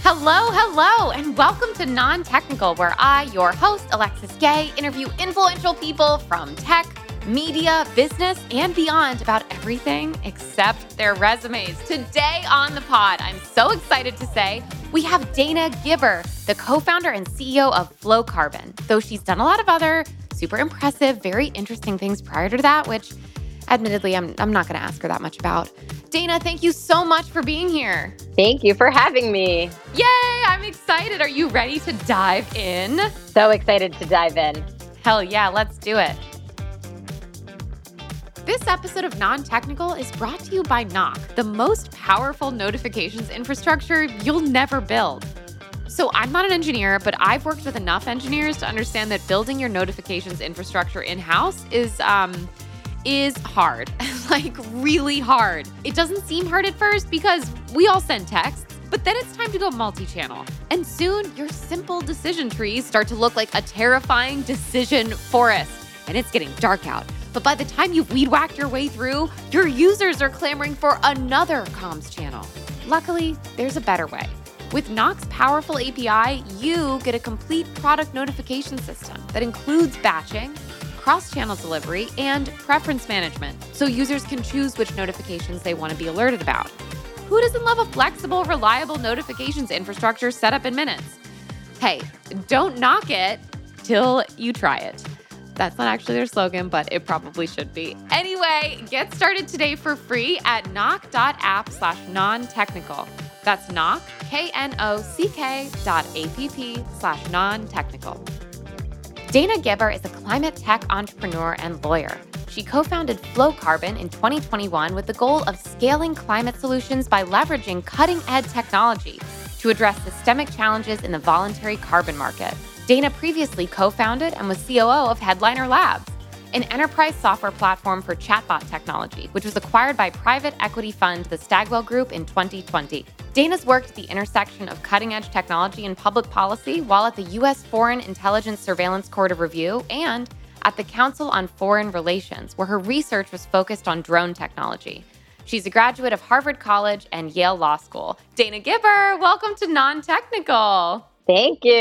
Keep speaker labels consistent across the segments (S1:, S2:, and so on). S1: Hello, hello, and welcome to Non Technical, where I, your host, Alexis Gay, interview influential people from tech, media, business, and beyond about everything except their resumes. Today on the pod, I'm so excited to say we have Dana Gibber, the co founder and CEO of Flow Carbon, though she's done a lot of other super impressive, very interesting things prior to that, which admittedly I'm, I'm not going to ask her that much about. Dana, thank you so much for being here.
S2: Thank you for having me.
S1: Yay, I'm excited. Are you ready to dive in?
S2: So excited to dive in.
S1: Hell yeah, let's do it. This episode of Non Technical is brought to you by Knock, the most powerful notifications infrastructure you'll never build. So, I'm not an engineer, but I've worked with enough engineers to understand that building your notifications infrastructure in house is, um, is hard, like really hard. It doesn't seem hard at first because we all send texts, but then it's time to go multi channel. And soon your simple decision trees start to look like a terrifying decision forest. And it's getting dark out. But by the time you've weed whacked your way through, your users are clamoring for another comms channel. Luckily, there's a better way. With Knox powerful API, you get a complete product notification system that includes batching cross channel delivery, and preference management so users can choose which notifications they want to be alerted about. Who doesn't love a flexible, reliable notifications infrastructure set up in minutes? Hey, don't knock it till you try it. That's not actually their slogan, but it probably should be. Anyway, get started today for free at knock.app slash non-technical. That's knock, K-N-O-C-K dot A-P-P slash non-technical. Dana Gibber is a climate tech entrepreneur and lawyer. She co founded Flow Carbon in 2021 with the goal of scaling climate solutions by leveraging cutting edge technology to address systemic challenges in the voluntary carbon market. Dana previously co founded and was COO of Headliner Labs, an enterprise software platform for chatbot technology, which was acquired by private equity fund the Stagwell Group in 2020. Dana's worked at the intersection of cutting edge technology and public policy while at the U.S. Foreign Intelligence Surveillance Court of Review and at the Council on Foreign Relations, where her research was focused on drone technology. She's a graduate of Harvard College and Yale Law School. Dana Gibber, welcome to Non Technical.
S2: Thank you.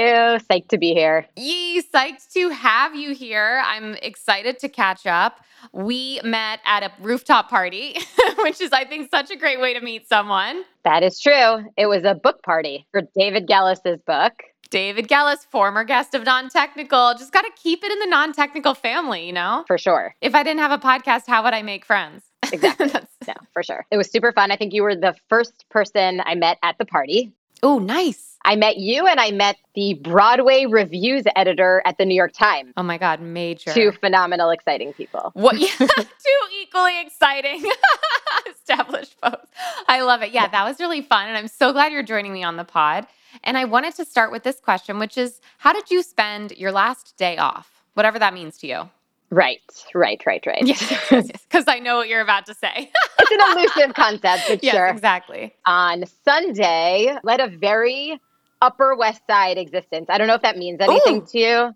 S2: Psyched to be here.
S1: Yee, psyched to have you here. I'm excited to catch up. We met at a rooftop party, which is, I think, such a great way to meet someone.
S2: That is true. It was a book party for David Gellis's book.
S1: David Gellis, former guest of Non Technical, just got to keep it in the non technical family, you know?
S2: For sure.
S1: If I didn't have a podcast, how would I make friends?
S2: Exactly. no, for sure. It was super fun. I think you were the first person I met at the party.
S1: Oh, nice.
S2: I met you and I met the Broadway reviews editor at the New York Times.
S1: Oh my God, major.
S2: Two phenomenal, exciting people.
S1: What? Yeah, two equally exciting established folks. I love it. Yeah, that was really fun. And I'm so glad you're joining me on the pod. And I wanted to start with this question, which is how did you spend your last day off? Whatever that means to you.
S2: Right, right, right, right.
S1: Because I know what you're about to say.
S2: it's an elusive concept, but
S1: yes,
S2: sure.
S1: exactly.
S2: On Sunday, led a very Upper West Side existence. I don't know if that means anything
S1: Ooh.
S2: to you.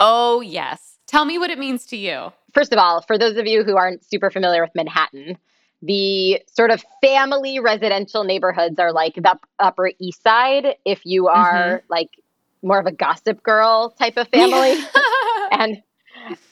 S1: Oh, yes. Tell me what it means to you.
S2: first of all, for those of you who aren't super familiar with Manhattan, the sort of family residential neighborhoods are like the Upper East Side if you are like more of a gossip girl type of family and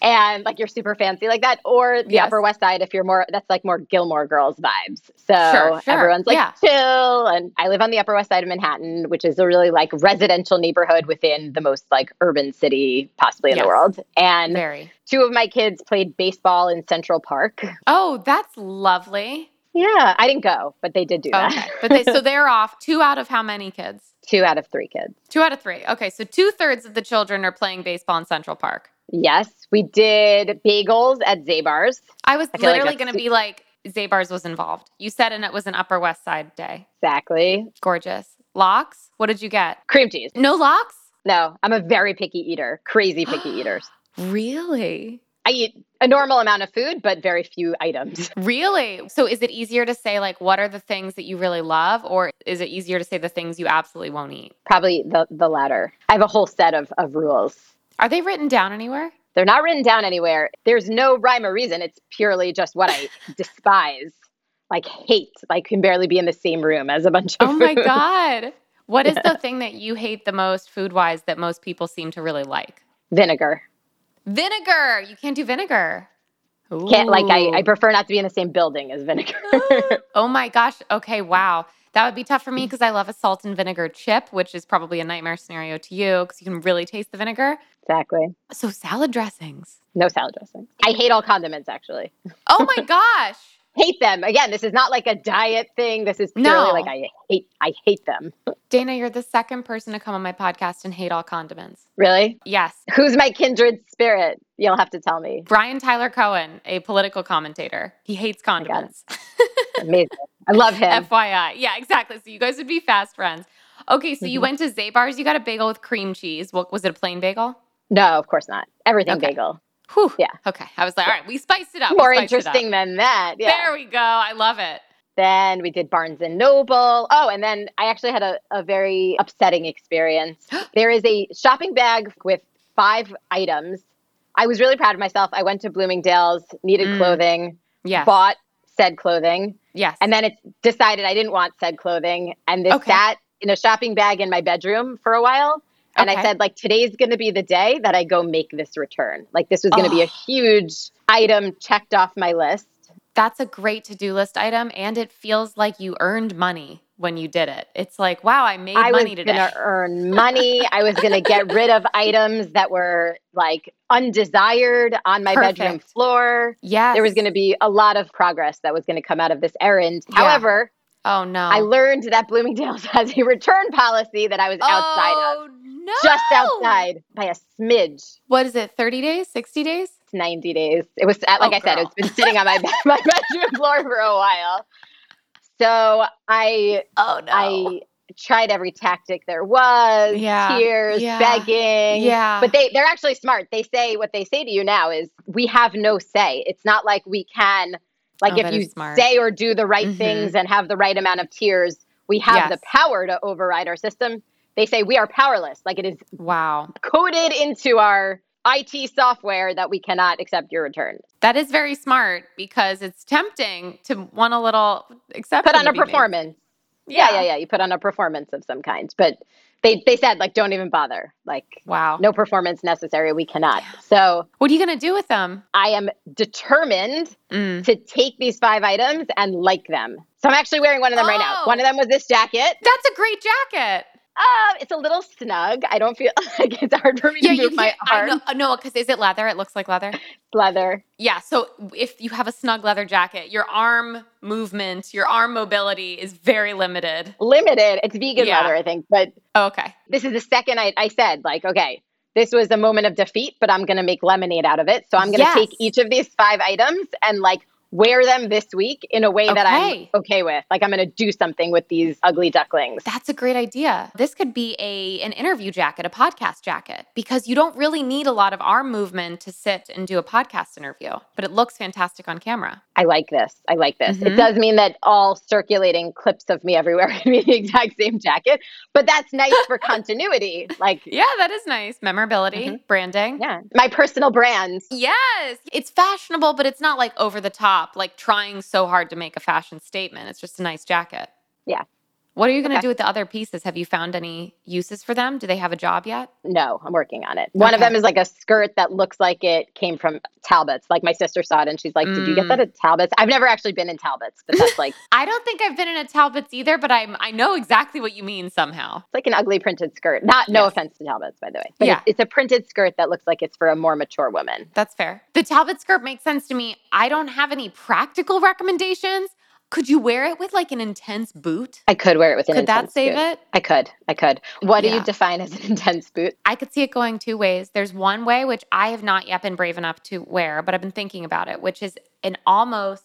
S2: and like you're super fancy like that or the
S1: Yes.
S2: upper west side if you're more that's like more gilmore girls vibes so
S1: Sure, sure.
S2: everyone's like
S1: Yeah.
S2: chill and i live on the upper west side of manhattan which is a really like residential neighborhood within the most like urban city possibly in
S1: Yes.
S2: the world and
S1: Very.
S2: two of my kids played baseball in Central Park.
S1: Oh, that's lovely.
S2: Yeah, I didn't go, but they did do that.
S1: Okay. But they so they're off two out of how many kids?
S2: Two out of three kids.
S1: Two out of three. Okay, so two thirds of the children are playing baseball in Central Park.
S2: Yes, we did bagels at Zabar's.
S1: I was
S2: I feel like
S1: literally
S2: that's-
S1: going to be like, Zabar's was involved. You said, and it was an Upper West Side day.
S2: Exactly.
S1: Gorgeous. Locks? What did you get?
S2: Cream cheese.
S1: No locks?
S2: No, I'm a very picky eater, crazy picky eaters.
S1: Really?
S2: I eat a normal amount of food, but very few items.
S1: Really? So is it easier to say, like, what are the things that you really love? Or is it easier to say the things you absolutely won't eat?
S2: Probably the, the latter. I have a whole set of, of rules.
S1: Are they written down anywhere?
S2: They're not written down anywhere. There's no rhyme or reason. It's purely just what I despise, like hate, like can barely be in the same room as a bunch of
S1: Oh my
S2: food.
S1: God. What is the thing that you hate the most food wise that most people seem to really like?
S2: Vinegar.
S1: Vinegar. You can't do vinegar.
S2: Can't like I, I prefer not to be in the same building as vinegar.
S1: oh my gosh. Okay. Wow. That would be tough for me because I love a salt and vinegar chip, which is probably a nightmare scenario to you because you can really taste the vinegar.
S2: exactly.
S1: So, salad dressings.
S2: No salad dressing. I hate all condiments actually.
S1: Oh my gosh.
S2: Hate them. Again, this is not like a diet thing. This is purely
S1: No.
S2: like I hate I hate them.
S1: Dana, you're the second person to come on my podcast and hate all condiments.
S2: Really?
S1: Yes.
S2: Who's my kindred spirit? You'll have to tell me.
S1: Brian Tyler Cohen, a political commentator, he hates
S2: it.
S1: condiments.
S2: Amazing. I love him.
S1: FYI. Yeah, exactly. So, you guys would be fast friends. Okay. So,
S2: Mm-hmm.
S1: you went to Zabar's, you got a bagel with cream cheese. What was it, a plain bagel?
S2: no, of course not. Everything
S1: Okay.
S2: bagel.
S1: Whew.
S2: Yeah.
S1: Okay. I was like, all right, we spiced it up. we
S2: More
S1: spiced it up.
S2: interesting than that. Yeah.
S1: There we go. I love it.
S2: Then we did Barnes and Noble. Oh, and then I actually had a, a very upsetting experience. there is a shopping bag with five items. I was really proud of myself. I went to Bloomingdale's, needed
S1: Mm.
S2: clothing,
S1: Yes.
S2: bought said clothing,
S1: yes.
S2: and then it decided I didn't want said clothing. And this
S1: Okay.
S2: sat in a shopping bag in my bedroom for a while. And
S1: Okay.
S2: I said, like, today's going to be the day that I go make this return. Like, this was going to be a
S1: Oh.
S2: huge item checked off my list.
S1: that's a great to-do list item and it feels like you earned money when you did it. It's like, wow, I made
S2: I was
S1: money
S2: going
S1: today.
S2: to earn money. I was going to get rid of items that were like undesired on my bedroom
S1: Perfect.
S2: floor.
S1: yes.
S2: There was going to be a lot of progress that was going to come out of this errand.
S1: Yeah.
S2: However,
S1: Oh no.
S2: I learned that Bloomingdale's has a return policy that I was outside
S1: Oh
S2: of.
S1: no.
S2: Just outside by a smidge.
S1: What is it? 30 days? 60 days?
S2: 90 days. It was, uh, like I said,
S1: Oh, girl.
S2: it's been sitting on my, my bedroom floor for a while. So I
S1: Oh no.
S2: I tried every tactic there was.
S1: Yeah.
S2: Tears,
S1: Yeah.
S2: begging.
S1: Yeah.
S2: But they they're actually smart. They say what they say to you now is we have no say. It's not like we can like
S1: Oh,
S2: if
S1: that
S2: you
S1: is smart.
S2: say or do the right
S1: Mhm.
S2: things and have the right amount of tears, we have the
S1: Yes.
S2: power to override our system. They say we are powerless. Like it is
S1: wow.
S2: coded into our IT software that we cannot accept your return.
S1: That is very smart because it's tempting to want a little except
S2: Put on a performance. Yeah. yeah, yeah, You put on a performance of some kind. But they they said like don't even bother. Like
S1: Wow.
S2: no performance necessary. We cannot. So
S1: What are you going to do with them?
S2: I am determined
S1: Mm.
S2: to take these five items and like them. So I'm actually wearing one of them right now.
S1: Oh.
S2: One of them was this jacket.
S1: That's a great jacket.
S2: Uh, it's a little snug. I don't feel like it's hard for me to move my
S1: can't- I
S2: arm.
S1: know, uh, no, because is it leather? It looks like leather.
S2: Leather.
S1: Yeah. So if you have a snug leather jacket, your arm movement, your arm mobility is very limited.
S2: Limited. It's vegan
S1: Yeah.
S2: leather, I think. But
S1: Oh, okay.
S2: this is the second I, I said, like, okay, this was a moment of defeat, but I'm going to make lemonade out of it. So I'm going to
S1: Yes.
S2: take each of these five items and like wear them this week in a way that I'm
S1: Okay.
S2: okay with. Like I'm going to do something with these ugly ducklings.
S1: That's a great idea. This could be a an interview jacket, a podcast jacket, because you don't really need a lot of arm movement to sit and do a podcast interview, but it looks fantastic on camera.
S2: I like this. I like this.
S1: Mhm.
S2: It does mean that all circulating clips of me everywhere are going to be the exact same jacket, but that's nice for continuity. Like,
S1: Yeah, that is nice. Memorability, branding.
S2: yeah, my personal brand.
S1: Yes, it's fashionable, but it's not like over the top, like trying so hard to make a fashion statement. It's just a nice jacket.
S2: Yeah.
S1: What are you going to
S2: Okay.
S1: do with the other pieces? Have you found any uses for them? Do they have a job yet?
S2: No, I'm working on it. One of
S1: Okay.
S2: them is like a skirt that looks like it came from Talbot's. Like my sister saw it and she's like, "Did you get
S1: Mm.
S2: that at Talbot's?" I've never actually been in Talbot's, but that's like
S1: I don't think I've been in a Talbot's either, but I'm I know exactly what you mean somehow.
S2: it's like an ugly printed skirt. Not no
S1: Yes.
S2: offense to Talbot's, by the way, but
S1: Yeah.
S2: it's, it's a printed skirt that looks like it's for a more mature woman.
S1: That's fair. The Talbot skirt makes sense to me. I don't have any practical recommendations. Could you wear it with like an intense boot?
S2: I could wear it with an
S1: Could that
S2: intense
S1: save
S2: boot.
S1: it?
S2: I could. I could. What do
S1: Yeah.
S2: you define as an intense boot?
S1: I could see it going two ways. There's one way, which I have not yet been brave enough to wear, but I've been thinking about it, which is an almost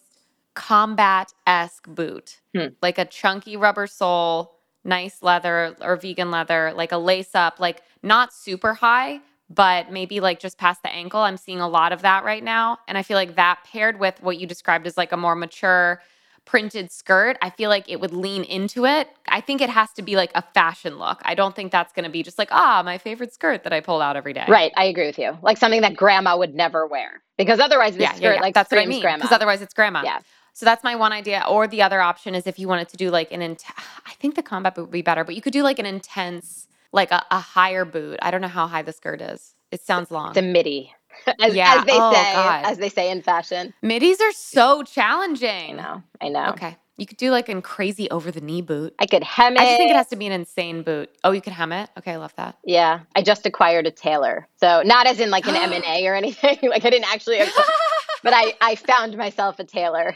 S1: combat esque boot,
S2: Hmm.
S1: like a chunky rubber sole, nice leather or vegan leather, like a lace up, like not super high, but maybe like just past the ankle. I'm seeing a lot of that right now. And I feel like that paired with what you described as like a more mature, printed skirt, I feel like it would lean into it. I think it has to be like a fashion look. I don't think that's going to be just like, ah, my favorite skirt that I pull out every day.
S2: Right, I agree with you. Like something that grandma would never wear because otherwise this
S1: Yeah,
S2: skirt
S1: yeah, yeah.
S2: like
S1: that's what I
S2: screams
S1: mean.
S2: grandma.
S1: Because otherwise it's grandma.
S2: Yeah.
S1: So that's my one idea. Or the other option is if you wanted to do like an intense, I think the combat boot would be better, but you could do like an intense, like a, a higher boot. I don't know how high the skirt is. It sounds long.
S2: It's a midi, as,
S1: Yeah.
S2: as they
S1: Oh,
S2: say,
S1: God.
S2: as they say in fashion.
S1: Middies are so
S2: I
S1: challenging.
S2: know, I know.
S1: Okay. You could do like an crazy over the knee boot.
S2: I could hem it.
S1: I just think it has to be an insane boot. Oh, you could hem it? Okay, I love that.
S2: yeah, I just acquired a tailor, so not as in like an M and A or anything. Like I didn't actually, acquire, but I I found myself a tailor.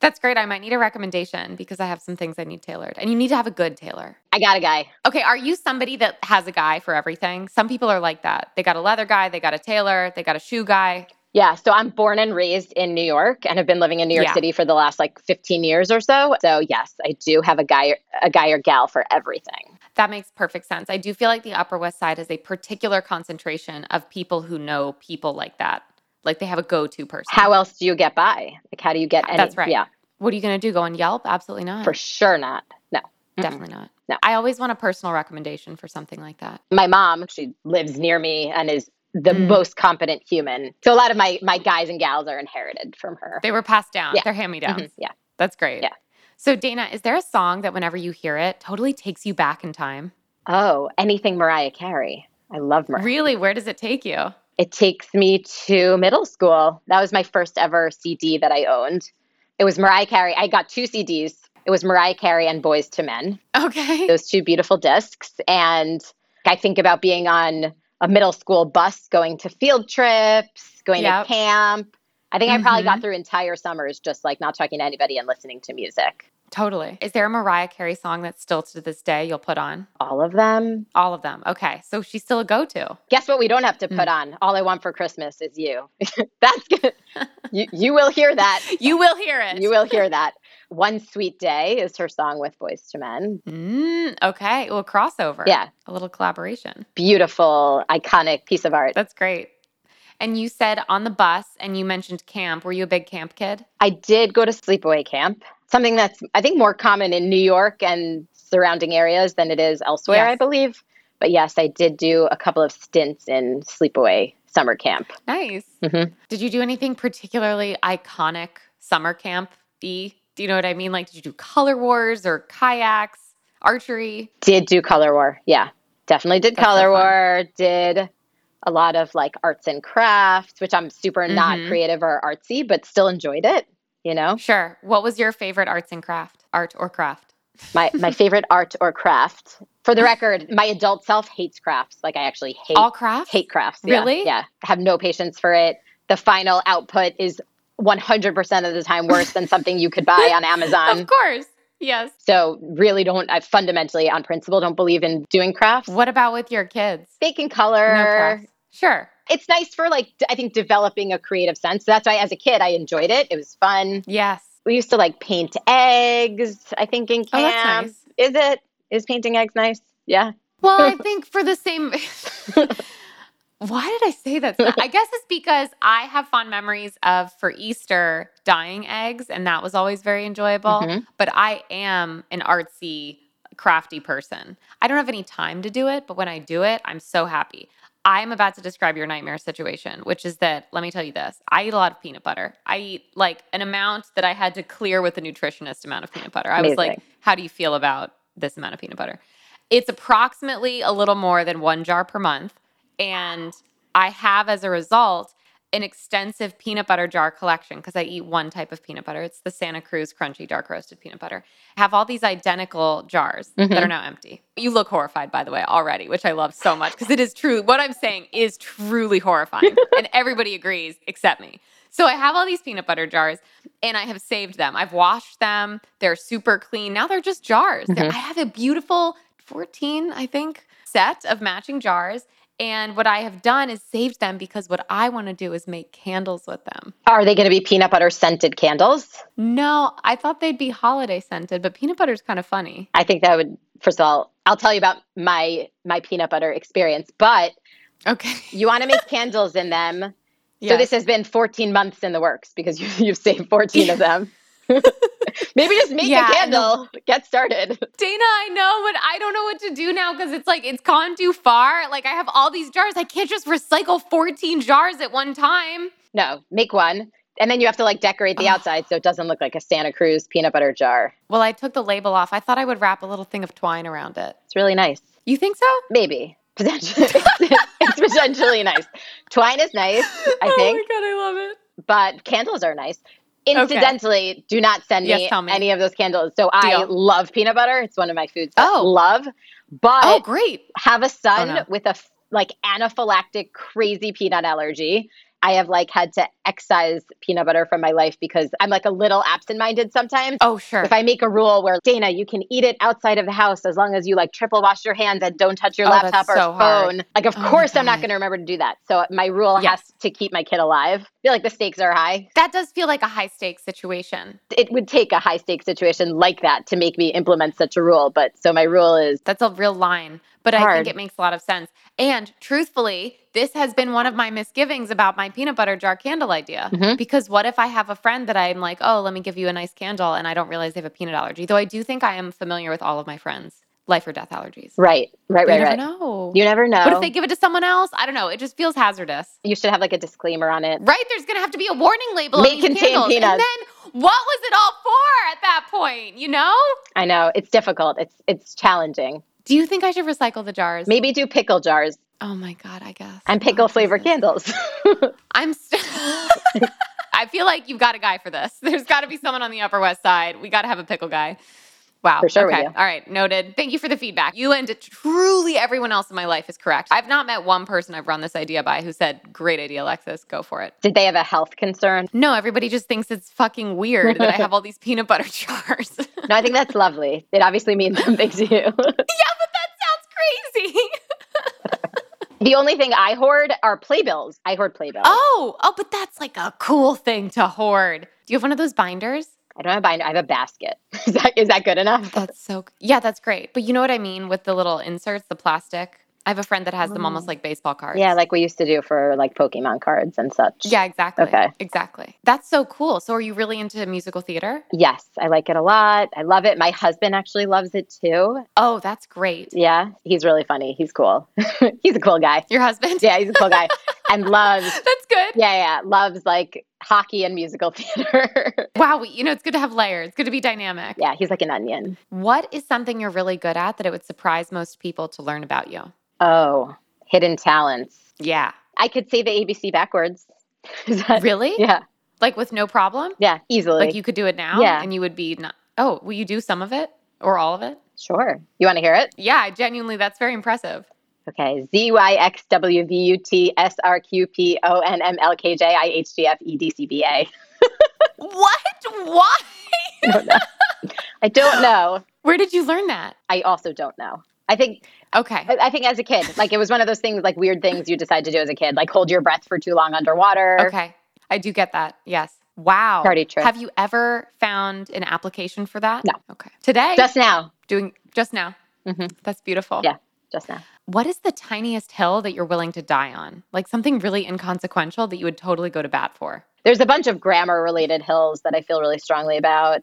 S1: That's great. I might need a recommendation because I have some things I need tailored. And you need to have a good tailor.
S2: I got a guy.
S1: Okay, are you somebody that has a guy for everything? Some people are like that. They got a leather guy, they got a tailor, they got a shoe guy.
S2: Yeah, so I'm born and raised in New York and have been living in New York
S1: Yeah.
S2: City for the last like 15 years or so. So yes, I do have a guy a guy or gal for everything.
S1: That makes perfect sense. I do feel like the Upper West Side has a particular concentration of people who know people like that. Like they have a go to person.
S2: How else do you get by? Like how do you get any
S1: That's right.
S2: Yeah,
S1: What are you going to do? Go on Yelp? Absolutely not.
S2: for sure not. No. Mm-mm.
S1: Definitely not.
S2: No.
S1: I always want a personal recommendation for something like that.
S2: My mom, she lives near me and is the
S1: Mm.
S2: most competent human. So a lot of my my guys and gals are inherited from her.
S1: They were passed down,
S2: Yeah.
S1: they're hand me downs.
S2: Mhm, Yeah.
S1: That's great.
S2: Yeah.
S1: So, Dana, is there a song that whenever you hear it totally takes you back in time?
S2: Oh, anything Mariah Carey. I love Mariah.
S1: Really? Where does it take you?
S2: It takes me to middle school. That was my first ever CD that I owned. It was Mariah Carey. I got two CDs. It was Mariah Carey and Boys to Men,
S1: Okay.
S2: those two beautiful discs. And I think about being on a middle school bus going to field trips, going
S1: Yep.
S2: to camp. I think I probably
S1: Mhm.
S2: got through entire summers just like not talking to anybody and listening to music.
S1: Totally. Is there a Mariah Carey song that still to this day you'll put on?
S2: All of them.
S1: All of them. Okay. So she's still a go to.
S2: Guess what? We don't have to
S1: Mm.
S2: put on. All I want for Christmas is you. That's good. you, you will hear that.
S1: You will hear it.
S2: You will hear that. One Sweet Day is her song with Boys to Men.
S1: Mm, okay. Well, crossover.
S2: Yeah,
S1: A little collaboration.
S2: beautiful, iconic piece of art.
S1: That's great. And you said on the bus and you mentioned camp. Were you a big camp kid?
S2: I did go to sleepaway camp, something that's, I think, more common in New York and surrounding areas than it is elsewhere,
S1: Yes.
S2: I believe. But yes, I did do a couple of stints in sleepaway summer camp.
S1: Nice.
S2: Mhm.
S1: Did you do anything particularly iconic summer camp y? Do you know what I mean? Like, did you do color wars or kayaks, archery?
S2: Did do Color War. Yeah, definitely did
S1: That's so
S2: Color
S1: fun.
S2: War. Did a lot of like arts and crafts, which I'm super not
S1: Mhm.
S2: creative or artsy, but still enjoyed it, you know?
S1: Sure. What was your favorite arts and craft? Art or craft?
S2: my my favorite art or craft. For the record, my adult self hates crafts. Like I actually hate
S1: Mm-hmm. All crafts?
S2: hate crafts. Yeah,
S1: Really?
S2: Yeah. I have no patience for it. The final output is 100% of the time worse than something you could buy on Amazon.
S1: Of course. Yes.
S2: So really don't I fundamentally on principle don't believe in doing crafts.
S1: What about with your kids?
S2: They can
S1: No
S2: color.
S1: crafts. Sure.
S2: it's nice for like d- I think developing a creative sense. That's why as a kid I enjoyed it. It was fun.
S1: Yes.
S2: We used to like paint eggs, I think in camp.
S1: Oh, that's nice.
S2: Is it? Is painting eggs nice? Yeah.
S1: Well, I think for the same. Why did I say that? I guess it's because I have fond memories of for Easter dyeing eggs, and that was always very enjoyable.
S2: Mhm.
S1: But I am an artsy, crafty person. I don't have any time to do it, but when I do it, I'm so happy. I'm about to describe your nightmare situation, which is that, let me tell you this I eat a lot of peanut butter. I eat like an amount that I had to clear with a nutritionist amount of peanut butter. I was like,
S2: Amazing.
S1: how do you feel about this amount of peanut butter? It's approximately a little more than one jar per month. And I have, as a result, an extensive peanut butter jar collection because I eat one type of peanut butter. It's the Santa Cruz crunchy dark roasted peanut butter. I have all these identical jars that
S2: Mhm.
S1: are now empty. You look horrified, by the way, already, which I love so much because it is true. What I'm saying is truly horrifying. and everybody agrees except me. So I have all these peanut butter jars and I have saved them. I've washed them. They're super clean. Now they're just jars. They're-
S2: Mhm.
S1: I have a beautiful 14, I think, set of matching jars. And what I have done is saved them because what I want to do is make candles with them.
S2: Are they going to be peanut butter scented candles?
S1: No, I thought they'd be holiday scented, but peanut butter's kind of funny.
S2: I think that would first of all, I'll tell you about my my peanut butter experience, but
S1: Okay.
S2: you want to make candles in them. So this has been 14 months in the works because you, you've saved 14 of them. Maybe just make
S1: Yeah,
S2: a
S1: and the-
S2: candle, get started.
S1: Dana, I know, but I don't know what to do now because it's like it's gone too far. Like I have all these jars. I can't just recycle 14 jars at one time.
S2: No, make one And then you have to like decorate the outside so it doesn't look like a Santa Cruz peanut butter jar.
S1: Well, I took the label off. I thought I would wrap a little thing of twine around it.
S2: It's really nice.
S1: You think so?
S2: Maybe. Potentially. it's, it's potentially nice. Twine is nice, I think,
S1: Oh my god, I love it.
S2: but candles are nice. Incidentally, do not send me,
S1: Yes, tell me.
S2: any of those candles. So I
S1: Deal.
S2: love peanut butter. It's one of my foods. that I
S1: Oh.
S2: love. But
S1: Oh, great.
S2: have a son
S1: Oh, no.
S2: with a f- like anaphylactic crazy peanut allergy. I have like had to excise peanut butter from my life because I'm like a little absent-minded sometimes.
S1: Oh, sure.
S2: If I make a rule where Dana, you can eat it outside of the house as long as you like triple wash your hands and don't touch your
S1: Oh, that's
S2: laptop or
S1: so
S2: phone.
S1: hard.
S2: Like, of
S1: Oh my
S2: course, I'm not
S1: God.
S2: going to remember to do that. So my rule
S1: Yes.
S2: has to keep my kid alive. I feel like the stakes are high.
S1: that does feel like a high stakes situation.
S2: It would take a high stakes situation like that to make me implement such a rule. But so my rule is
S1: That's a real line, but I
S2: Hard.
S1: think it makes a lot of sense. And truthfully, this has been one of my misgivings about my peanut butter jar candle idea.
S2: Mhm.
S1: Because what if I have a friend that I'm like, oh, let me give you a nice candle, and I don't realize they have a peanut allergy? Though I do think I am familiar with all of my friends' life or death allergies.
S2: right, right,
S1: you
S2: right,
S1: never
S2: right.
S1: know.
S2: You never know.
S1: What if they give it to someone else? I don't know. It just feels hazardous.
S2: you should have like a disclaimer on it.
S1: Right? There's going to have to be a warning label on
S2: May
S1: these
S2: contain
S1: candles.
S2: peanuts.
S1: And then what was it all for at that point, you know?
S2: I know it's difficult. It's it's challenging.
S1: Do you think I should recycle the jars?
S2: Maybe do pickle jars
S1: Oh my god, I guess.
S2: and pickle flavor
S1: candles.
S2: candles.
S1: I'm st- I feel like you've got a guy for this. There's got to be someone on the Upper West Side. We got to have a pickle guy. Wow.
S2: For sure we
S1: Okay.
S2: do.
S1: All right. Noted. Thank you for the feedback. You and truly everyone else in my life is correct. I've not met one person I've run this idea by who said, "Great idea, Alexis. Go for it."
S2: Did they have a health concern?
S1: No, everybody just thinks it's fucking weird that I have all these peanut butter jars. yeah, but
S2: No, I think that's lovely. It obviously means something to you.
S1: that sounds crazy.
S2: the only thing I hoard are playbills. I hoard playbills.
S1: oh, oh, but that's like a cool thing to hoard. Do you have one of those binders?
S2: I don't have a binder. I have a basket. Is that, is that good enough?
S1: That's so yeah, that's great. But you know what I mean with the little inserts, the plastic. I have a friend that has them almost like baseball cards.
S2: Yeah, like we used to do for like Pokemon cards and such.
S1: yeah, exactly.
S2: Okay.
S1: exactly. That's so cool. So are you really into musical theater?
S2: Yes, I like it a lot. I love it. My husband actually loves it too.
S1: Oh, that's great.
S2: Yeah, he's really funny. He's cool. he's a cool guy.
S1: Your husband?
S2: Yeah, he's a cool guy and loves
S1: that's good.
S2: Yeah, yeah. Loves like hockey and musical theater.
S1: Wow, we, you know it's good to have layers. It's good to be dynamic.
S2: yeah, he's like an onion.
S1: What is something you're really good at that it would surprise most people to learn about you?
S2: Oh, hidden talents.
S1: Yeah.
S2: I could say the ABC backwards. Is that-
S1: Really?
S2: Uh, Yeah,
S1: Like with no problem?
S2: yeah, easily.
S1: Like you could do it now
S2: Yeah.
S1: and you would be not Oh, will you do some of it or all of it?
S2: sure. You want to hear it?
S1: Yeah, genuinely that's very impressive.
S2: Okay. Z Y X W V U T S R Q P O N M L K J I H G F E D C B A.
S1: What? Why?
S2: I don't know.
S1: Where did you learn that?
S2: I also don't know. I think
S1: Okay.
S2: I I think as a kid, like it was one of those things, like weird things you decide to do as a kid, like hold your breath for too long underwater.
S1: Okay. I do get that. Yes. Wow.
S2: Party trick.
S1: Have you ever found an application for that?
S2: No.
S1: Okay. Today?
S2: Just now,
S1: doing just now.
S2: Mhm.
S1: That's beautiful.
S2: Yeah. just now.
S1: What is the tiniest hill that you're willing to die on? Like something really inconsequential that you would totally go to bat for?
S2: There's a bunch of grammar related hills that I feel really strongly about.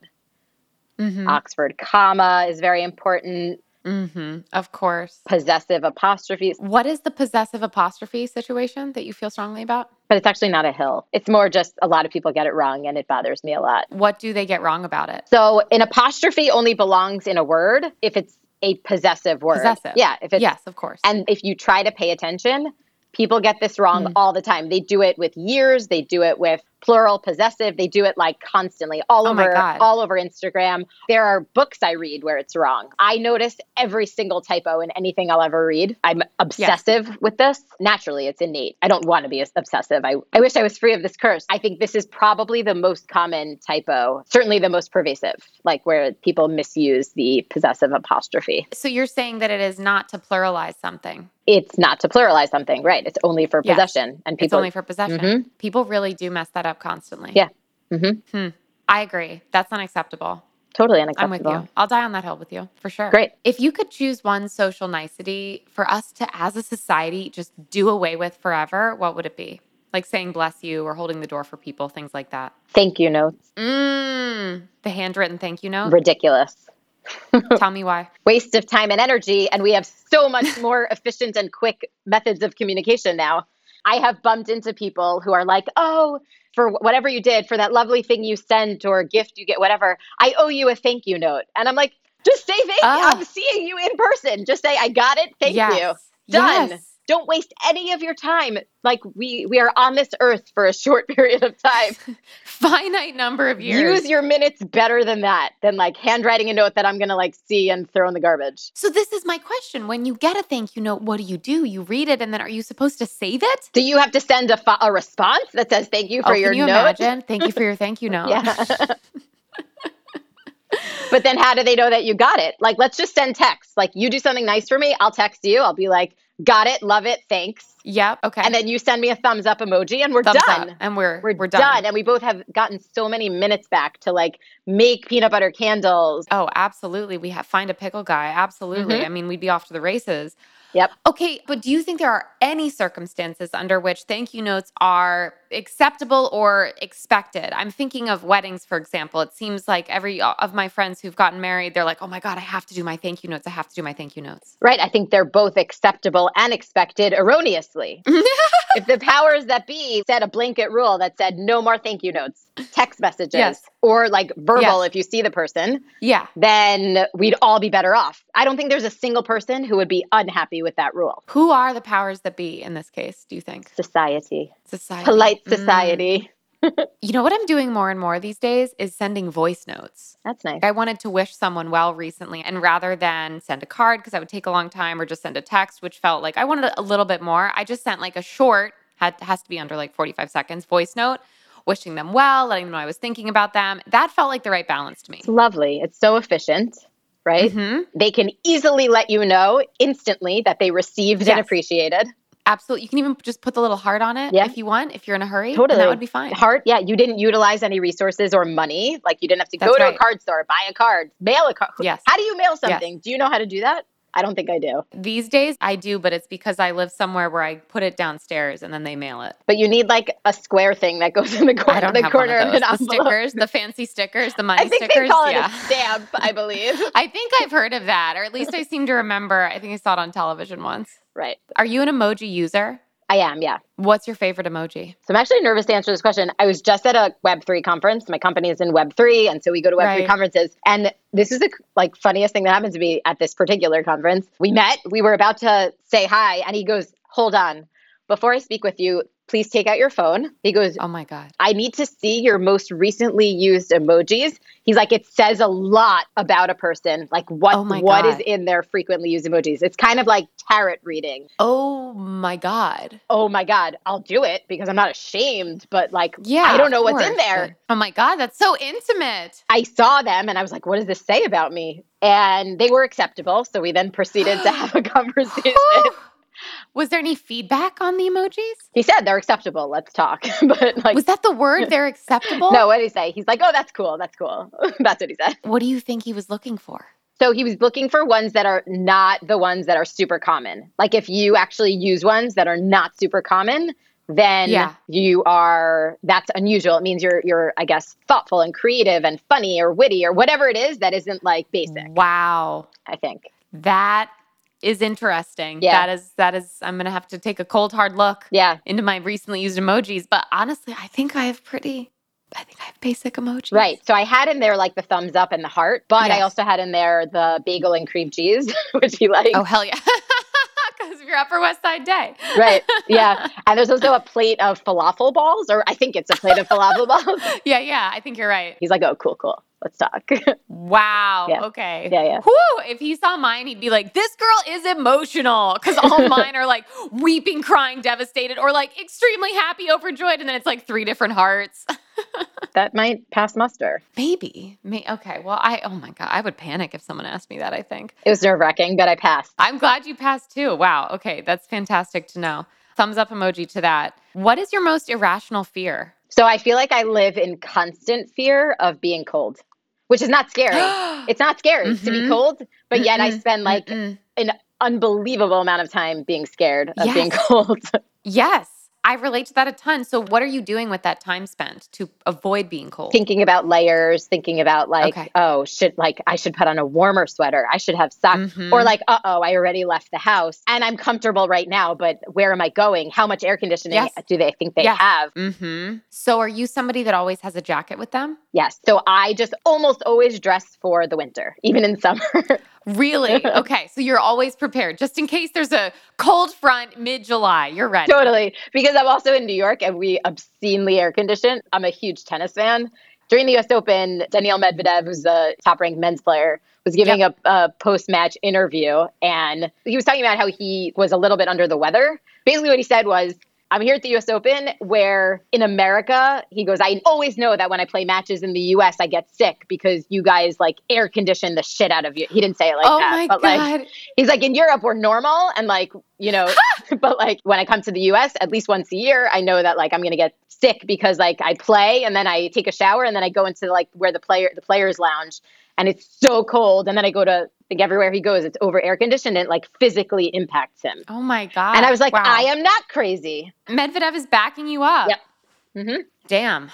S1: Mm-hmm.
S2: Oxford comma is very important.
S1: mm-hmm. Of course.
S2: Possessive apostrophes,
S1: What is the possessive apostrophe situation that you feel strongly about?
S2: but it's actually not a hill. It's more just a lot of people get it wrong and it bothers me a lot.
S1: What do they get wrong about it?
S2: So an apostrophe only belongs in a word if it's a possessive word.
S1: Possessive.
S2: Yeah. If it's
S1: yes, of course. Hmm.
S2: and if you try to pay attention, people get this wrong all the time. They do it with years, they do it with plural possessive, they do it like constantly all
S1: Oh my
S2: over
S1: God.
S2: all over Instagram. There are books I read where it's wrong. I notice every single typo in anything I'll ever read. I'm obsessive with this. Naturally, it's innate. I don't want to be as obsessive. I, I wish I was free of this curse. I think this is probably the most common typo, certainly the most pervasive, like where people misuse the possessive apostrophe
S1: so you're saying that it is not to pluralize something.
S2: it's not to pluralize something, right? It's only for
S1: Yes.
S2: possession, and people.
S1: it's only for possession.
S2: Mhm.
S1: People really do mess that up constantly.
S2: Yeah. Mhm.
S1: Hmm. I agree. That's unacceptable.
S2: totally
S1: I'm
S2: unacceptable.
S1: with you. I'll die on that hill with you for sure.
S2: Great.
S1: If you could choose one social nicety for us to, as a society, just do away with forever, what would it be? Like saying bless you or holding the door for people, things like that.
S2: Thank you notes,
S1: Mm, the handwritten thank you note.
S2: ridiculous
S1: Tell me why.
S2: waste of time and energy, and we have so much more efficient and quick methods of communication now. I have bumped into people who are like, oh, for wh- whatever you did, for that lovely thing you sent or gift you get, whatever, I owe you a thank you note. And I'm like, just say thank you.
S1: Ah.
S2: I'm seeing you in person. Just say, I got it. Thank
S1: Yes.
S2: you. Done.
S1: Yes.
S2: Don't waste any of your time. Like we we are on this earth for a short period of time.
S1: Finite number of years.
S2: Use your minutes better than that, than like handwriting a note that I'm gonna like see and throw in the garbage.
S1: so this is my question. When you get a thank you note, what do you do? You read it and then are you supposed to save it?
S2: Do you have to send a, fo- a response that says thank you for
S1: oh,
S2: your
S1: can you
S2: note?
S1: imagine? Thank you for your thank you note.
S2: Yeah. but then how do they know that you got it? Like, let's just send texts. Like, you do something nice for me, I'll text you. I'll be like, got it, love it, thanks.
S1: Yep. Okay.
S2: And then you send me a thumbs up emoji and we're
S1: Thumbs
S2: done.
S1: up, and we're
S2: We're,
S1: we're, done.
S2: And we both have gotten so many minutes back to like make peanut butter candles.
S1: Oh, absolutely. We have find a pickle guy. Absolutely.
S2: Mhm.
S1: I mean, we'd be off to the races.
S2: Yep.
S1: Okay, but do you think there are any circumstances under which thank you notes are acceptable or expected? I'm thinking of weddings, for example. It seems like every uh, of my friends who've gotten married, they're like, "Oh my god, I have to do my thank you notes. I have to do my thank you notes."
S2: Right. I think they're both acceptable and expected erroneously. if the powers that be said a blanket rule that said no more thank you notes, text messages,
S1: Yes.
S2: or like verbal
S1: Yes.
S2: if you see the person,
S1: Yeah.
S2: then we'd all be better off. I don't think there's a single person who would be unhappy with that rule.
S1: Who are the powers that be in this case, do you think?
S2: Society,
S1: Society.
S2: polite
S1: Mm.
S2: society.
S1: You know what I'm doing more and more these days is sending voice notes.
S2: That's nice.
S1: I wanted to wish someone well recently, and rather than send a card because that would take a long time, or just send a text, which felt like I wanted a little bit more, I just sent like a short, had has to be under like 45 seconds voice note, wishing them well, letting them know I was thinking about them. That felt like the right balance to me.
S2: It's lovely. It's so efficient, right?
S1: hmm
S2: They can easily let you know instantly that they received and
S1: Yes.
S2: appreciated.
S1: Absolutely, you can even just put the little heart on it
S2: Yeah.
S1: if you want. If you're in a hurry, and
S2: Totally.
S1: that would be fine.
S2: Heart, yeah, you didn't utilize any resources or money. Like you didn't have to
S1: That's
S2: go to a
S1: right.
S2: card store, buy a card, mail a card.
S1: Yes.
S2: How do you mail something? Do you know how to do that? I don't think I do.
S1: These days, I do, but it's because I live somewhere where I put it downstairs and then they mail it.
S2: But you need like a square thing that goes in the
S1: I
S2: corner,
S1: don't
S2: the
S1: have one
S2: corner
S1: of
S2: of,
S1: those.
S2: an
S1: The
S2: envelope.
S1: stickers, the fancy stickers, the money
S2: I think
S1: stickers.
S2: they call it
S1: yeah.
S2: a stamp, I believe.
S1: I think I've heard of that, or at least I seem to remember. I think I saw it on television once.
S2: right.
S1: Are you an emoji user?
S2: I am, yeah.
S1: What's your favorite emoji?
S2: So I'm actually nervous to answer this question. I was just at a Web3 conference. My company is in Web3, and so we go to Web3
S1: Right.
S2: conferences. And this is the like funniest thing that happened to me at this particular conference. We met, we were about to say hi, and he goes, "Hold on. Before I speak with you, please take out your phone." He goes,
S1: Oh my God.
S2: I need to see your most recently used emojis. He's like, it says a lot about a person. Like what
S1: Oh my
S2: what is
S1: God.
S2: in their frequently used emojis? It's kind of like tarot reading.
S1: Oh my God.
S2: Oh my God, I'll do it because I'm not ashamed, but like
S1: Yeah.
S2: I don't know
S1: of
S2: what's in
S1: course,
S2: there.
S1: but- Oh my God. That's so intimate.
S2: I saw them and I was like, what does this say about me? And they were acceptable. So we then proceeded to have a conversation.
S1: Whew. Was there any feedback on the emojis?
S2: he said they're acceptable. Let's talk. but like
S1: Was that the word? They're acceptable?
S2: no, what did he say? He's like, oh, that's cool. That's cool. that's what he said.
S1: What do you think he was looking for?
S2: So he was looking for ones that are not the ones that are super common. Like if you actually use ones that are not super common, then
S1: Yeah.
S2: you are that's unusual. It means you're you're I guess thoughtful and creative and funny or witty or whatever it is that isn't like
S1: Mm.
S2: basic,
S1: Wow.
S2: I think.
S1: That is interesting.
S2: Yeah.
S1: That is, that is, I'm going to have to take a cold, hard look.
S2: Yeah.
S1: into my recently used emojis, but honestly, I think I have pretty I think I have basic emojis.
S2: Right. So I had in there like the thumbs up and the heart, but I
S1: Yes.
S2: also had in there the bagel and cream cheese, which he likes.
S1: Oh hell yeah. Cuz you're Upper West Side day.
S2: Right. Yeah. And there's also a plate of falafel balls, or I think it's a plate of falafel balls.
S1: Yeah, yeah, I think you're right.
S2: He's like, oh, cool, cool. Let's talk.
S1: Wow.
S2: Yeah.
S1: Okay.
S2: Yeah, yeah.
S1: Whew, if he saw mine, he'd be like, "This girl is emotional." Cuz all mine are like weeping, crying, devastated or like extremely happy, overjoyed, and then it's like three different hearts.
S2: that might pass muster.
S1: Maybe. May- okay. Well, I oh my god, I would panic if someone asked me that, I think.
S2: It was nerve wracking, but I passed.
S1: I'm glad you passed too. Wow. Okay. That's fantastic to know. Thumbs up emoji to that. What is your most irrational fear?
S2: So I feel like I live in constant fear of being cold, which is not scary. it's not scary to be
S1: Mhm.
S2: cold, but yet I spend like
S1: Mm-mm.
S2: an unbelievable amount of time being scared of being
S1: Yes.
S2: cold.
S1: Yes. I relate to that a ton. So what are you doing with that time spent to avoid being cold?
S2: thinking about layers, thinking about like,
S1: Okay.
S2: oh, should like I should put on a warmer sweater. I should have socks.
S1: Mhm.
S2: Or like, uh oh, I already left the house and I'm comfortable right now, but where am I going? How much air conditioning
S1: Yes.
S2: do they think they
S1: Yes.
S2: have?
S1: Mm-hmm. So are you somebody that always has a jacket with them?
S2: Yes. So I just almost always dress for the winter, even in summer.
S1: Really? Okay. So you're always prepared just in case there's a cold front mid July. You're ready.
S2: totally. Because I'm also in New York and we obscenely air condition. I'm a huge tennis fan. During the US Open, Daniil Medvedev, who's the top ranked men's player, was giving a, a post match interview and he was talking about how he was a little bit under the weather. Basically, what he said was, I'm here at the US Open where in America, he goes, I always know that when I play matches in the US, I get sick because you guys like air condition the shit out of you. He didn't say it like
S1: oh
S2: that.
S1: my
S2: but like,
S1: God.
S2: He's like, in Europe, we're normal. And like, you know, but like when I come to the US at least once a year, I know that like I'm going to get sick because like I play and then I take a shower and then I go into like where the player, the player's lounge and it's so cold. And then I go to like everywhere he goes, it's over air conditioned and it, like physically impacts him.
S1: oh my God.
S2: And I was like,
S1: Wow.
S2: I am not crazy.
S1: Medvedev is backing you up.
S2: Yep. Mhm.
S1: Damn.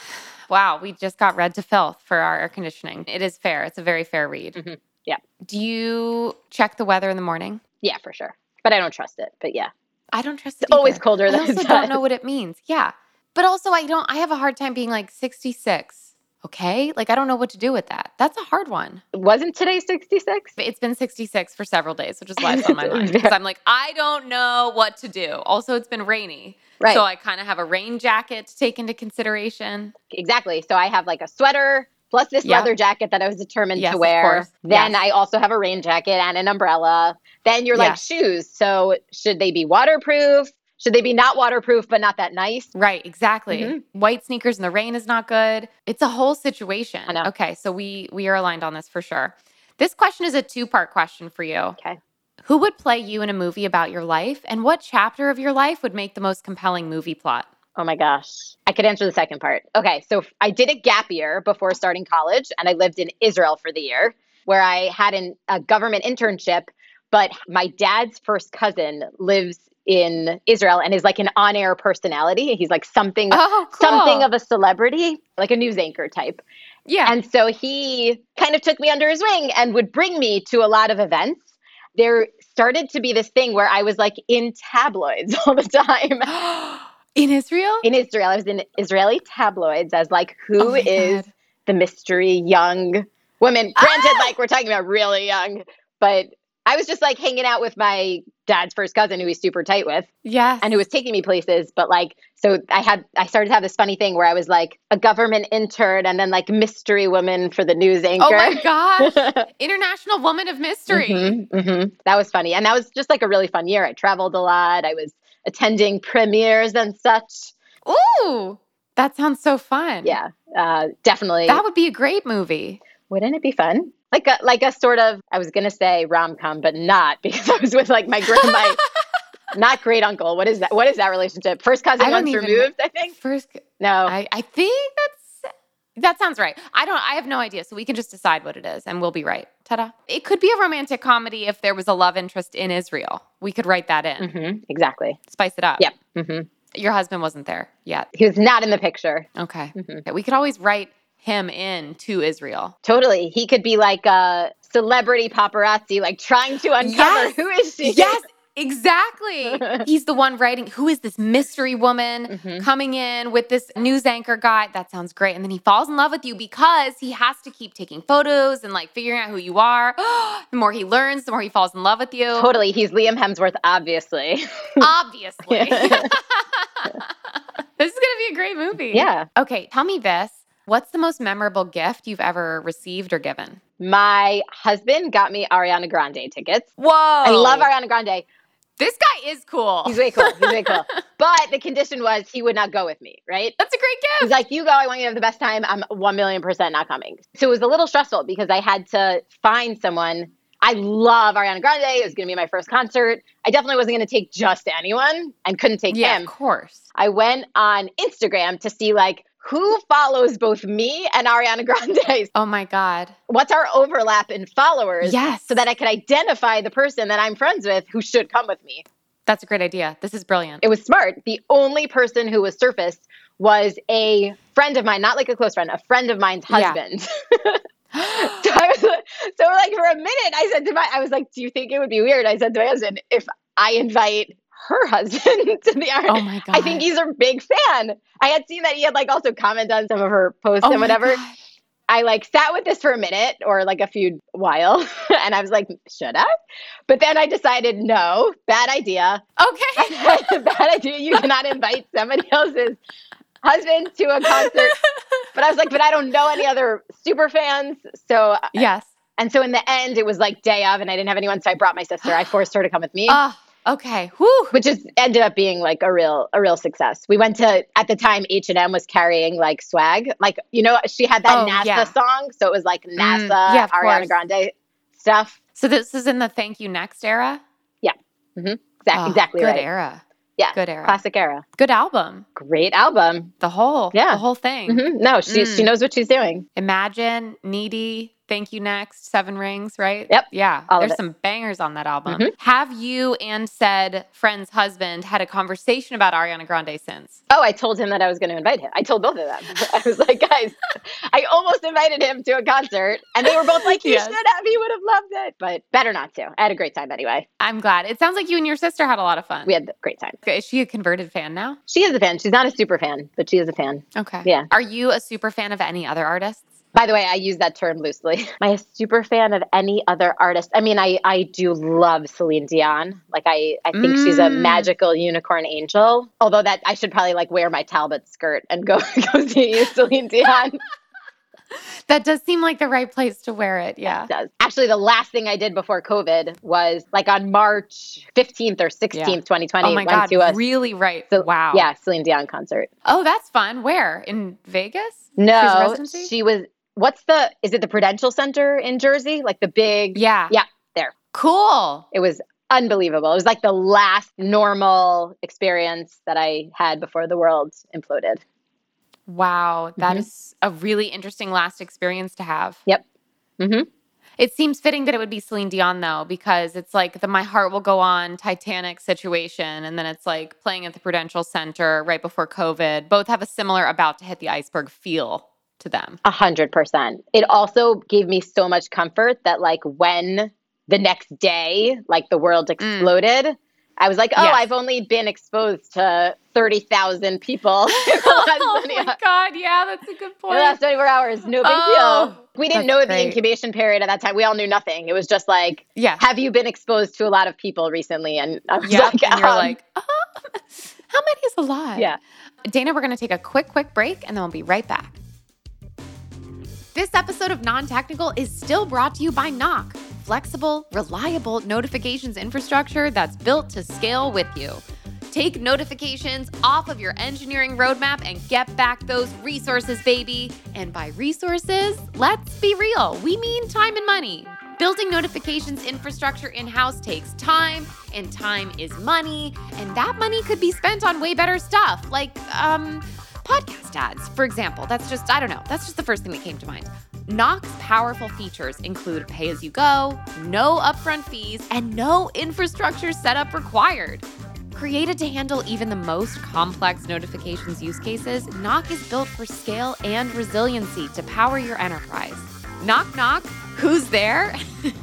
S1: Wow, we just got red to filth for our air conditioning. It is fair. It's a very fair read.
S2: Mhm. Yeah.
S1: Do you check the weather in the morning?
S2: Yeah, for sure. But I don't trust it. But yeah,
S1: I don't trust it.
S2: it's always
S1: either.
S2: colder
S1: I
S2: than
S1: also
S2: it
S1: don't
S2: does.
S1: know what it means. Yeah. But also I don't I have a hard time being like 66. Okay? Like I don't know what to do with that. That's a hard one.
S2: Wasn't today 66?
S1: It's been 66 for several days, which is why it's on my mind. Because I'm like, I don't know what to do. Also, it's been rainy.
S2: Right.
S1: So I kind of have a rain jacket to take into consideration.
S2: exactly. So I have like a sweater plus this
S1: Yeah.
S2: leather jacket that I was determined
S1: Yes,
S2: to
S1: of
S2: wear.
S1: course.
S2: Then
S1: Yes.
S2: I also have a rain jacket and an umbrella. Then you're like
S1: Yes.
S2: shoes. So should they be waterproof? Should they be not waterproof but not that nice?
S1: Right, exactly.
S2: Mhm.
S1: White sneakers in the rain is not good. It's a whole situation.
S2: I know.
S1: Okay, so we we are aligned on this for sure. This question is a two-part question for you.
S2: Okay.
S1: Who would play you in a movie about your life and what chapter of your life would make the most compelling movie plot?
S2: Oh my gosh. I could answer the second part. Okay. So I did a gap year before starting college and I lived in Israel for the year where I had an, a government internship. But my dad's first cousin lives in Israel and is like an on air personality. He's like something
S1: Oh,
S2: something
S1: cool.
S2: of a celebrity, like a news anchor type.
S1: Yeah.
S2: And so he kind of took me under his wing and would bring me to a lot of events. There started to be this thing where I was like in tabloids all the time.
S1: in Israel?
S2: In Israel, I was in Israeli tabloids as like,
S1: Oh
S2: who
S1: my
S2: is
S1: God. Ah!
S2: the mystery young woman? Granted, like we're talking about really young, but I was just like hanging out with my dad's first cousin who he's super tight with
S1: Yes.
S2: and who was taking me places but like so i had i started to have this funny thing where i was like a government intern and then like mystery woman for the news anchor
S1: Oh my gosh. International Woman of Mystery.
S2: Mhm, mhm. that was funny and that was just like a really fun year i traveled a lot i was attending premieres and such
S1: Ooh. That sounds so fun.
S2: yeah uh, definitely
S1: That would be a great movie.
S2: wouldn't it be fun like a like a sort of i was gonna say rom-com but not because i was with like my grand my not great uncle what is that what is that relationship first cousin
S1: I don't
S2: once
S1: even-
S2: removed i think
S1: First
S2: no
S1: I, I think that's that sounds right. I don't I have no idea, so we can just decide what it is and we'll be right. Ta-da. It could be a romantic comedy if there was a love interest in Israel. We could write that in.
S2: hmm exactly
S1: Spice it up.
S2: yep hmm
S1: Your husband wasn't there yet.
S2: He was not in the picture.
S1: Okay.
S2: Mhm.
S1: Yeah, We could always write him in to Israel.
S2: Totally. He could be like a celebrity paparazzi, like trying to uncover
S1: Yes.
S2: who is she?
S1: Yes, exactly. He's the one writing, who is this mystery woman
S2: Mhm.
S1: coming in with this news anchor guy? That sounds great. And then he falls in love with you because he has to keep taking photos and like figuring out who you are. the more he learns, the more he falls in love with you.
S2: Totally. He's Liam Hemsworth, obviously.
S1: Obviously.
S2: Yeah.
S1: this is going to be a great movie.
S2: yeah.
S1: Okay, tell me this. What's the most memorable gift you've ever received or given?
S2: My husband got me Ariana Grande tickets.
S1: Whoa.
S2: I love
S1: Oh.
S2: Ariana Grande.
S1: This guy is cool.
S2: He's way cool. He's way cool. But the condition was he would not go with me, right?
S1: That's a great gift.
S2: He's like, you go, I want you to have the best time. I'm 1 million percent not coming. So it was a little stressful because I had to find someone. I love Ariana Grande. It was going to be my first concert. I definitely wasn't going to take just anyone and couldn't take
S1: yeah,
S2: him.
S1: of course.
S2: I went on Instagram to see like who follows both me and Ariana Grande.
S1: Oh my God.
S2: What's our overlap in followers?
S1: Yes.
S2: So that I could identify the person that I'm friends with who should come with me.
S1: That's a great idea. This is brilliant.
S2: It was smart. The only person who was surfaced was a friend of mine, not like a close friend, a friend of mine's
S1: Yeah.
S2: husband. so, I was, so like for a minute, I said to my, I was like, do you think it would be weird? I said to my husband, if I invite her husband to the Iron
S1: oh my god.
S2: I think he's a big fan. I had seen that he had like also commented on some of her posts
S1: Oh
S2: and
S1: my
S2: whatever.
S1: God.
S2: I like sat with this for a minute or like a few while and I was like, should I? But then I decided, no, bad idea.
S1: Okay.
S2: That's a bad idea. You cannot invite somebody else's husband to a concert. But I was like, but I don't know any other super fans. So,
S1: yes.
S2: and so in the end, it was like day of, and I didn't have anyone. So I brought my sister. I forced her to come with me.
S1: Ah. okay. Whew.
S2: which is ended up being like a real a real success. We went to at the time H and M was carrying like swag, like you know she had that
S1: Oh,
S2: NASA
S1: yeah. Mm,
S2: song, so it was like NASA,
S1: yeah, of
S2: Ariana
S1: course.
S2: Grande stuff.
S1: So this is in the thank you next era.
S2: Exact,
S1: Oh,
S2: exactly
S1: Good
S2: right.
S1: era.
S2: Yeah.
S1: Good era.
S2: Classic era.
S1: Good album.
S2: Great album.
S1: The whole.
S2: Yeah.
S1: The whole thing.
S2: hmm No, she
S1: Mm.
S2: she knows what she's doing.
S1: Imagine, Needy, Thank You Next, Seven Rings, right?
S2: Yep.
S1: Yeah.
S2: All of
S1: There's
S2: it. Mm-hmm.
S1: some bangers on that album. Have you and said friend's husband had a conversation about Ariana Grande since?
S2: Oh, I told him that I was going to invite him. I told both of them. I was like, guys, I almost invited him to a concert, and they were both like, you
S1: Yes.
S2: should have. He would have loved it, but better not to. I had a great time anyway.
S1: I'm glad. It sounds like you and your sister had a lot of fun.
S2: We had a great time.
S1: Is she a converted fan now?
S2: She is a fan. She's not a super fan, but she is a fan.
S1: Okay.
S2: Yeah.
S1: Are you a super fan of any other artists?
S2: By the way, I use that term loosely. Am I a super fan of any other artist? I mean, I, I do love Celine Dion. Like I, I think she's a
S1: Mm.
S2: magical unicorn angel. Although that I should probably like wear my Talbot skirt and go go see you, Celine Dion.
S1: That does seem like the right place to wear it. Yeah.
S2: does. Actually, the last thing I did before COVID was like on March fifteenth or sixteenth,
S1: Yeah.
S2: twenty twenty,
S1: Oh my
S2: went
S1: God.
S2: to a
S1: Really right.
S2: Cel-
S1: wow.
S2: yeah Celine Dion concert.
S1: Oh, that's fun. Where? In Vegas? She's
S2: No,
S1: residency?
S2: she was. What's the? Is it the Prudential Center in Jersey? Like the big?
S1: yeah.
S2: Yeah, there.
S1: Cool.
S2: It was unbelievable. It was like the last normal experience that I had before the world imploded.
S1: Wow, that
S2: Mhm.
S1: is a really interesting last experience to have.
S2: Yep.
S1: Mm-hmm.
S2: Mhm.
S1: It seems fitting that it would be Celine Dion though, because it's like the My Heart Will Go On Titanic situation, and then it's like playing at the Prudential Center right before COVID. Both have a similar about to hit the iceberg feel to them.
S2: A hundred percent. It also gave me so much comfort that like when the next day, like the world exploded, I was like, oh,
S1: Mm. Yes.
S2: I've only been exposed to 30,000 people in the last
S1: oh
S2: 20
S1: my god, yeah, that's a good
S2: in the
S1: point.
S2: last 24 hours. No big
S1: Oh,
S2: deal. We
S1: that's
S2: didn't know
S1: great.
S2: the incubation period at that time. We all knew nothing. It was just like,
S1: yeah.
S2: have you been exposed to a lot of people recently? And I was
S1: Yeah,
S2: like,
S1: and you're
S2: um,
S1: like, oh, how many is a lot?
S2: Yeah.
S1: Dana, we're going to take a quick, quick break and then we'll be right back. This episode of Non Technical is still brought to you by Knock, flexible, reliable notifications infrastructure that's built to scale with you. Take notifications off of your engineering roadmap and get back those resources, baby. And by resources, let's be real, we mean time and money. Building notifications infrastructure in house takes time, and time is money, and that money could be spent on way better stuff, like, um, podcast ads, for example. That's just, I don't know, that's just the first thing that came to mind. Knock's powerful features include pay as you go, no upfront fees, and no infrastructure setup required. Created to handle even the most complex notifications use cases, Knock is built for scale and resiliency to power your enterprise. Knock, knock, who's there?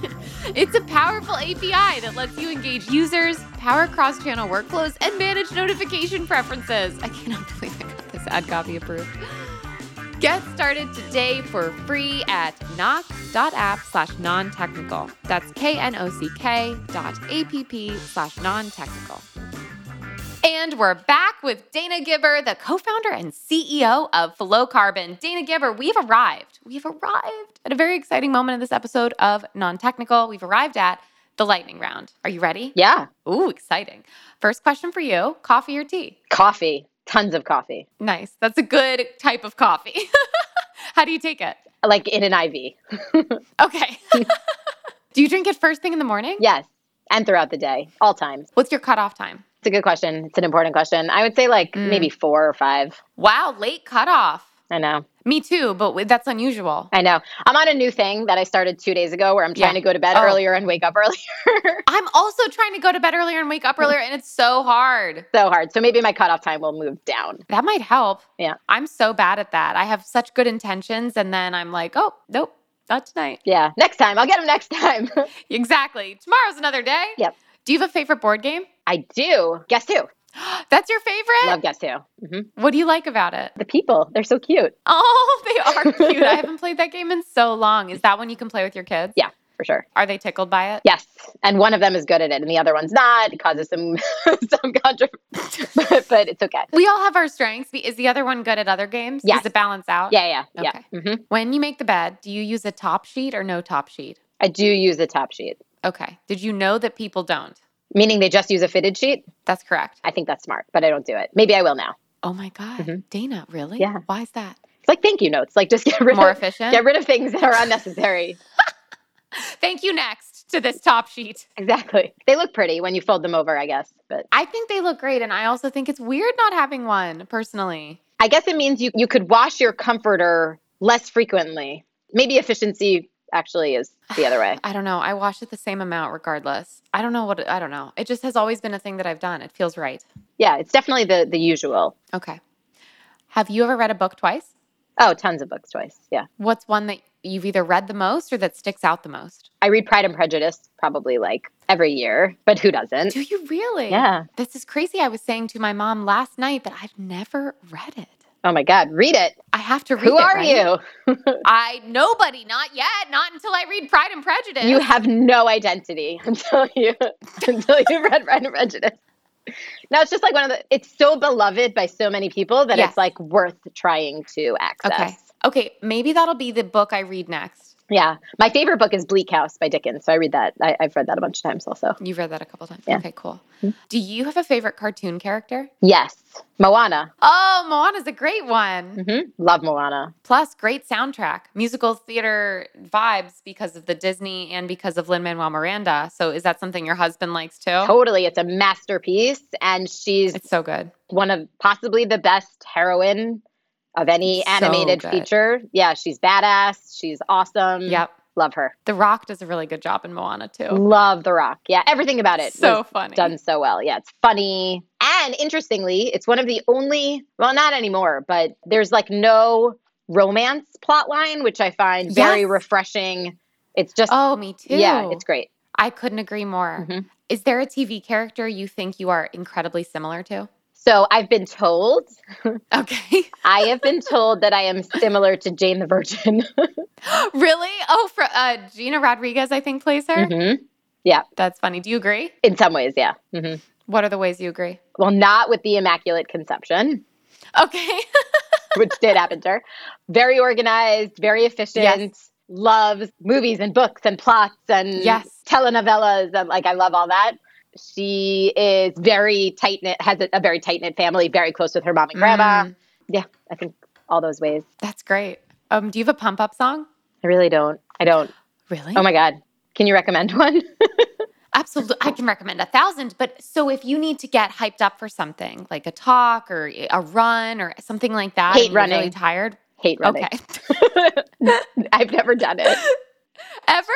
S1: it's a powerful API that lets you engage users, power cross channel workflows, and manage notification preferences. I cannot believe I got this ad copy approved. Get started today for free at knock.app slash non technical. That's K N O C K dot A P P slash non technical. And we're back with Dana Gibber, the co founder and CEO of Flow Carbon. Dana Gibber, we've arrived. We've arrived at a very exciting moment in this episode of Non Technical. We've arrived at the lightning round. Are you ready?
S2: yeah,
S1: Ooh, exciting. First question for you coffee or tea?
S2: coffee, tons of coffee,
S1: Nice. That's a good type of coffee. How do you take it?
S2: like in an IV.
S1: Okay. do you drink it first thing in the morning?
S2: Yes. And throughout the day, all times.
S1: What's your cutoff time?
S2: It's a good
S1: Mm.
S2: question. It's an important question. I would say like maybe four or five.
S1: Wow, late cutoff.
S2: I know.
S1: Me too, but w- that's unusual.
S2: I know. I'm on a new thing that I started two days ago where I'm trying
S1: Yeah.
S2: to go to bed
S1: Oh.
S2: earlier and wake up earlier.
S1: I'm also trying to go to bed earlier and wake up earlier, and it's so hard.
S2: so hard. So maybe my cutoff time will move down.
S1: That might help.
S2: Yeah.
S1: I'm so bad at that. I have such good intentions, and then I'm like, oh, nope, not tonight.
S2: Yeah. Next time. I'll get them next time.
S1: Exactly. Tomorrow's another day.
S2: Yep.
S1: Do you have a favorite board game?
S2: I do. Guess who?
S1: That's your favorite?
S2: Love Guess Who. hmm
S1: What do you like about it?
S2: The people. They're so cute
S1: Oh, they are cute. I haven't played that game in so long. Is that one you can play with your kids?
S2: Yeah. for sure.
S1: Are they tickled by it?
S2: Yes. And one of them is good at it and the other one's not. It causes some some controversy, but, but it's okay.
S1: We all have our strengths. Is the other one good at other games?
S2: Yes.
S1: Does it balance out?
S2: Yeah, yeah, yeah.
S1: Okay.
S2: Mhm.
S1: When you make the bed, do you use a top sheet or no top sheet?
S2: I do use a top sheet,
S1: Okay. Did you know that people don't?
S2: meaning they just use a fitted sheet.
S1: That's correct.
S2: I think that's smart, but I don't do it. Maybe I will now.
S1: Oh my God. Dana, really?
S2: Mm-hmm. Yeah.
S1: Why is that?
S2: It's like thank you notes. Like just get rid
S1: More
S2: of
S1: efficient?
S2: get rid of things that are unnecessary.
S1: Thank you next to this top sheet.
S2: exactly. They look pretty when you fold them over, I guess. But
S1: I think they look great. And I also think it's weird not having one personally.
S2: I guess it means you you could wash your comforter less frequently. Maybe efficiency actually is the other way.
S1: I don't know. I wash it the same amount regardless. I don't know what, I don't know. It just has always been a thing that I've done. It feels right.
S2: Yeah, it's definitely the the usual.
S1: Okay. Have you ever read a book twice?
S2: Oh, tons of books twice. Yeah.
S1: What's one that you've either read the most or that sticks out the most?
S2: I read Pride and Prejudice probably like every year, but who doesn't?
S1: Do you really?
S2: Yeah.
S1: This is crazy. I was saying to my mom last night that I've never read it.
S2: Oh my god, read it.
S1: I have to read
S2: Who
S1: it,
S2: are
S1: right?
S2: you?
S1: I nobody, not yet, not until I read Pride and Prejudice.
S2: You have no identity until you until you read Pride and Prejudice. Now it's just like one of the. It's so beloved by so many people that
S1: Yes.
S2: it's like worth trying to access.
S1: okay. Okay, maybe that'll be the book I read next.
S2: Yeah, my favorite book is Bleak House by Dickens, so I read that. I, I've read that a bunch of times also.
S1: You've read that a couple times.
S2: Yeah. Mm-hmm.
S1: Okay, cool. Do you have a favorite cartoon character?
S2: Yes, Moana.
S1: Oh, Moana's a great one.
S2: hmm Love Moana.
S1: Plus, great soundtrack, musical theater vibes because of the Disney and because of Lin Manuel Miranda. So, is that something your husband likes too?
S2: Totally, it's a masterpiece, and she's
S1: It's so good.
S2: one of possibly the best heroine of any
S1: So
S2: animated
S1: good.
S2: feature. Yeah, she's badass. She's awesome.
S1: Yep.
S2: love her.
S1: The Rock does a really good job in Moana too.
S2: Love The Rock. Yeah, everything about it.
S1: so
S2: was
S1: funny.
S2: done so well. Yeah, it's funny. And interestingly, it's one of the only, well, not anymore, but there's like no romance plot line, which I find very
S1: Yes.
S2: refreshing. It's just,
S1: Oh, me too.
S2: yeah, it's great.
S1: I couldn't agree more.
S2: Mhm.
S1: Is there a TV character you think you are incredibly similar to?
S2: So I've been told,
S1: Okay.
S2: I have been told that I am similar to Jane the Virgin.
S1: really? Oh, for uh, Gina Rodriguez, I think plays her.
S2: Mhm.
S1: That's funny. Do you agree?
S2: In some ways, yeah. hmm
S1: What are the ways you agree?
S2: Well, not with the Immaculate Conception,
S1: Okay.
S2: which did happen to her. Very organized, very efficient. Loves movies and books and plots and
S1: Yes.
S2: telenovelas and like I love all that. She is very tight knit, has a, a very tight knit family, very close with her mom and grandma.
S1: Mm,
S2: Yeah, I think all those ways.
S1: that's great. Um, do you have a pump up song?
S2: I really don't. I don't.
S1: Really?
S2: Oh my god, can you recommend one?
S1: Absolutely. I can recommend a thousand. But so if you need to get hyped up for something, like a talk or a run or something like that,
S2: Hate
S1: and you're really
S2: running.
S1: tired.
S2: Hate running.
S1: Okay.
S2: I've never done it.
S1: Ever?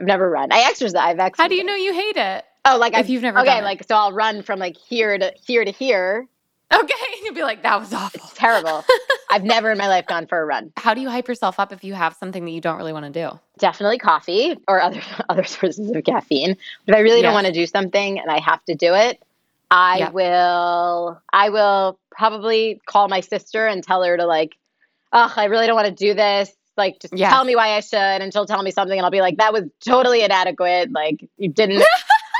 S2: I've never run. I exercise. I've exercised.
S1: How do you know you hate it?
S2: Oh, like
S1: if
S2: I've,
S1: you've never
S2: okay,
S1: done it?
S2: like so I'll run from like here to here to here.
S1: Okay. You'd be like, that was awful.
S2: It's terrible. I've never in my life gone for a run.
S1: How do you hype yourself up if you have something that you don't really want to do?
S2: Definitely coffee or other other sources of caffeine. But if I really
S1: Yes.
S2: don't want to do something and I have to do it, I
S1: Yep.
S2: will I will probably call my sister and tell her to like, oh, I really don't want to do this. Like just
S1: Yes.
S2: tell me why I should and she'll tell me something and I'll be like, that was totally inadequate. Like you didn't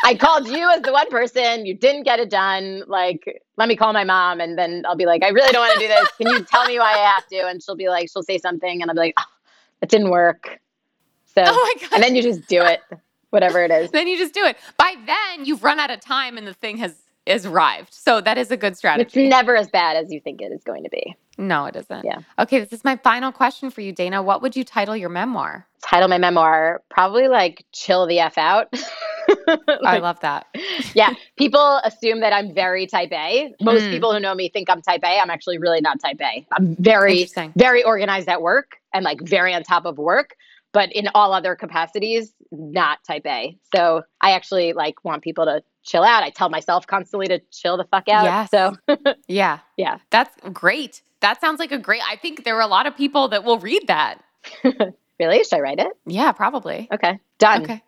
S2: I called you as the one person, you didn't get it done. Like, let me call my mom and then I'll be like, I really don't want to do this. Can you tell me why I have to? And she'll be like, she'll say something and I'll be like, oh, that didn't work. So
S1: Oh my God.
S2: and then you just do it, whatever it is.
S1: then you just do it. By then, you've run out of time and the thing has, has arrived. So that is a good strategy.
S2: It's never as bad as you think it is going to be.
S1: No, it isn't.
S2: Yeah.
S1: Okay, this is my final question for you, Dana. What would you title your memoir?
S2: Title my memoir probably like chill the f out.
S1: I
S2: Like,
S1: love that.
S2: yeah, people assume that I'm very type A. Most
S1: Mm.
S2: people who know me think I'm type A. I'm actually really not type A. I'm very
S1: Interesting.
S2: very organized at work and like very on top of work, but in all other capacities not type A. So, I actually like want people to chill out. I tell myself constantly to chill the fuck out.
S1: Yes.
S2: So,
S1: Yeah.
S2: Yeah.
S1: That's great. That sounds like a great. I think there are a lot of people that will read that.
S2: really, should I write it?
S1: Yeah, probably.
S2: Okay. Done.
S1: Okay.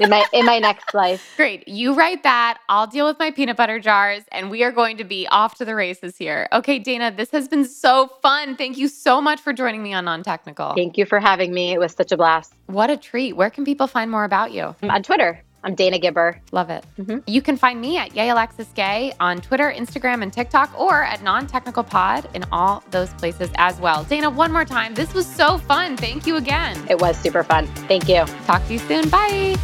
S2: In my in my next life.
S1: Great. You write that. I'll deal with my peanut butter jars, and we are going to be off to the races here. Okay, Dana, this has been so fun. Thank you so much for joining me on Non Technical.
S2: Thank you for having me. It was such a blast.
S1: What a treat. Where can people find more about you?
S2: I'm on Twitter. I'm Dana Gibber.
S1: Love it.
S2: Mhm.
S1: You can find me at Yay Alexis Gay on Twitter, Instagram, and TikTok, or at Non Technical Pod in all those places as well. Dana, one more time. This was so fun. Thank you again.
S2: It was super fun. Thank you.
S1: Talk to you soon. Bye.